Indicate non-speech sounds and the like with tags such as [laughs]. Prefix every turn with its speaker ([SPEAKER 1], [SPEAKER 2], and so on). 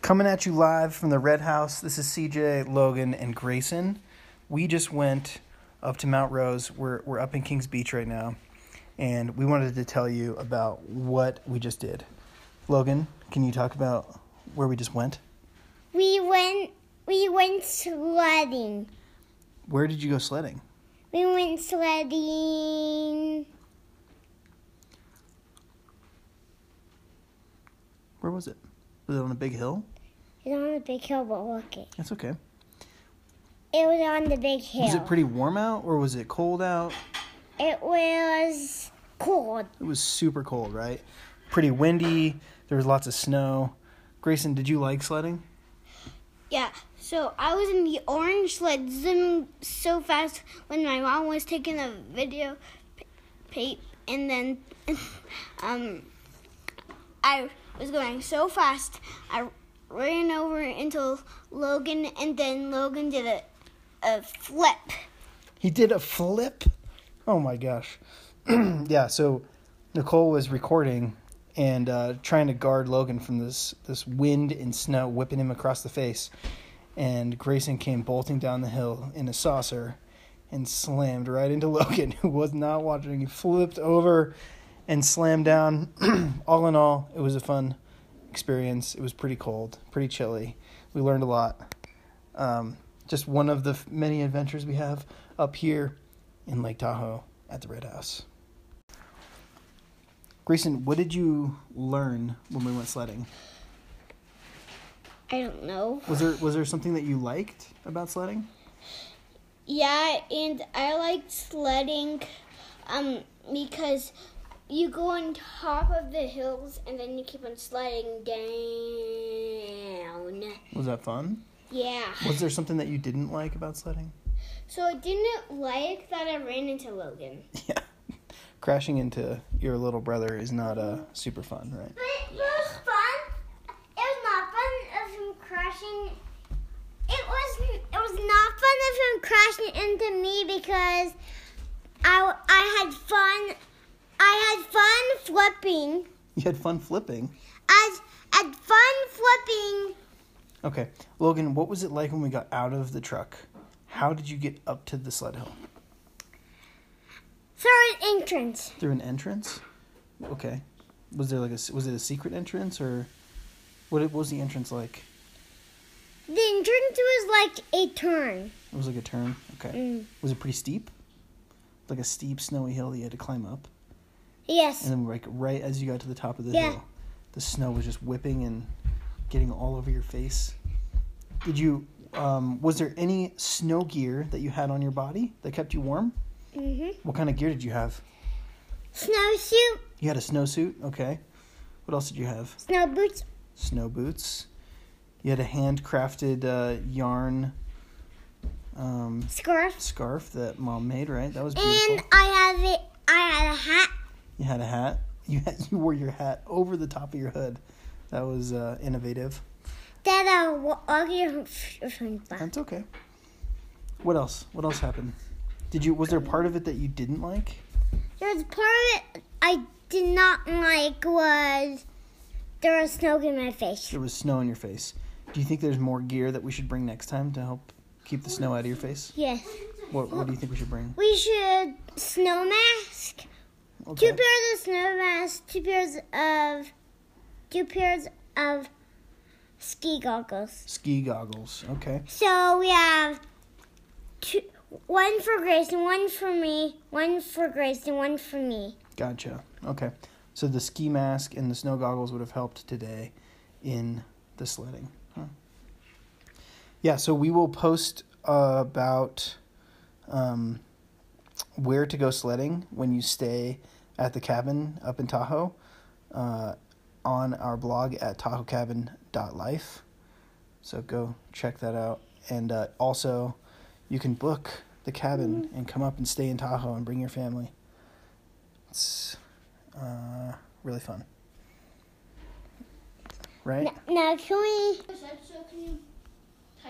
[SPEAKER 1] Coming at you live from the Red House. This is CJ, Logan, and Grayson. We just went up to Mount Rose. We're we're up in Kings Beach right now, and we wanted to tell you about what we just did. Logan, can you talk about where we just went?
[SPEAKER 2] We went we went sledding.
[SPEAKER 1] Where did you go sledding?
[SPEAKER 2] We went sledding.
[SPEAKER 1] Where was it? Was it on a big hill?
[SPEAKER 2] It was on the big hill, but look it.
[SPEAKER 1] That's okay.
[SPEAKER 2] It was on the big hill.
[SPEAKER 1] Was it pretty warm out or was it cold out?
[SPEAKER 2] It was cold.
[SPEAKER 1] It was super cold, right? Pretty windy. There was lots of snow. Grayson, did you like sledding?
[SPEAKER 3] Yeah, so I was in the orange sled zooming so fast when my mom was taking a video p- tape, and then [laughs] um, I was going so fast I ran over into Logan, and then Logan did a, a flip.
[SPEAKER 1] He did a flip. Oh my gosh. [clears throat] yeah, so Nicole was recording and uh, trying to guard Logan from this this wind and snow whipping him across the face. And Grayson came bolting down the hill in a saucer and slammed right into [laughs] Logan, who was not watching. He flipped over and slammed down. [clears throat] all in all, it was a fun experience. It was pretty cold, pretty chilly. We learned a lot. Um, just one of the f- many adventures we have up here in Lake Tahoe at the Red House. Grayson, what did you learn when we went sledding?
[SPEAKER 3] I don't know.
[SPEAKER 1] Was there was there something that you liked about sledding?
[SPEAKER 3] Yeah, and I liked sledding um, because you go on top of the hills and then you keep on sliding down.
[SPEAKER 1] Was that fun?
[SPEAKER 3] Yeah.
[SPEAKER 1] Was there something that you didn't like about sledding? [laughs]
[SPEAKER 3] So I didn't like that I ran into Logan.
[SPEAKER 1] Yeah. Crashing into your little brother is not uh, super fun, right?
[SPEAKER 2] But it was fun. It was not fun of him crashing. It was it was not fun of him crashing into me because I I had fun. I had fun flipping.
[SPEAKER 1] You had fun flipping.
[SPEAKER 2] I had fun flipping.
[SPEAKER 1] Okay. Logan, what was it like when we got out of the truck? How did you get up to the sled hill?
[SPEAKER 2] Third entrance.
[SPEAKER 1] Through an entrance? Okay. Was there like a s- was it a secret entrance or what it- what was the entrance like?
[SPEAKER 2] The entrance was like a turn.
[SPEAKER 1] It was like a turn. Okay. Was it pretty steep? Like a steep snowy hill that you had to climb up.
[SPEAKER 2] Yes.
[SPEAKER 1] And then like right as you got to the top of the
[SPEAKER 2] Yeah.
[SPEAKER 1] hill, the snow was just whipping and getting all over your face. Did you um was there any snow gear that you had on your body that kept you warm?
[SPEAKER 2] Mhm.
[SPEAKER 1] What kind of gear did you have?
[SPEAKER 2] Snowsuit,
[SPEAKER 1] You had a snowsuit, okay. What else did you have?
[SPEAKER 2] snow boots.
[SPEAKER 1] Snow boots. You had a handcrafted uh, yarn um,
[SPEAKER 2] scarf.
[SPEAKER 1] scarf that mom made, right? That was beautiful.
[SPEAKER 2] And I have it. I had a hat.
[SPEAKER 1] You had a hat. You had, [laughs] you wore your hat over the top of your hood. That was uh, innovative.
[SPEAKER 2] That I oh, walking from back.
[SPEAKER 1] That's okay. What else? What else happened? Did you was there part of it that you didn't like?
[SPEAKER 2] There's part of it I did not like was there was snow in my face.
[SPEAKER 1] There was snow on your face. Do you think there's more gear that we should bring next time to help keep the snow out of your face?
[SPEAKER 2] Yes.
[SPEAKER 1] What what do you think we should bring?
[SPEAKER 2] We should snow mask. Two
[SPEAKER 1] Okay.
[SPEAKER 2] pairs of snow masks. Two pairs of two pairs of ski goggles.
[SPEAKER 1] Ski goggles. Okay.
[SPEAKER 2] So we have two. One for Grayson, one for me, one for Grayson, one for me.
[SPEAKER 1] Gotcha. Okay. So the ski mask and the snow goggles would have helped today in the sledding. Huh. Yeah, so we will post uh, about um, where to go sledding when you stay at the cabin up in Tahoe uh, on our blog at tahocabin.life. So go check that out. And uh, also, you can book the cabin and come up and stay in Tahoe and bring your family. It's uh, really fun. Right?
[SPEAKER 2] Now, now can we?
[SPEAKER 3] So can you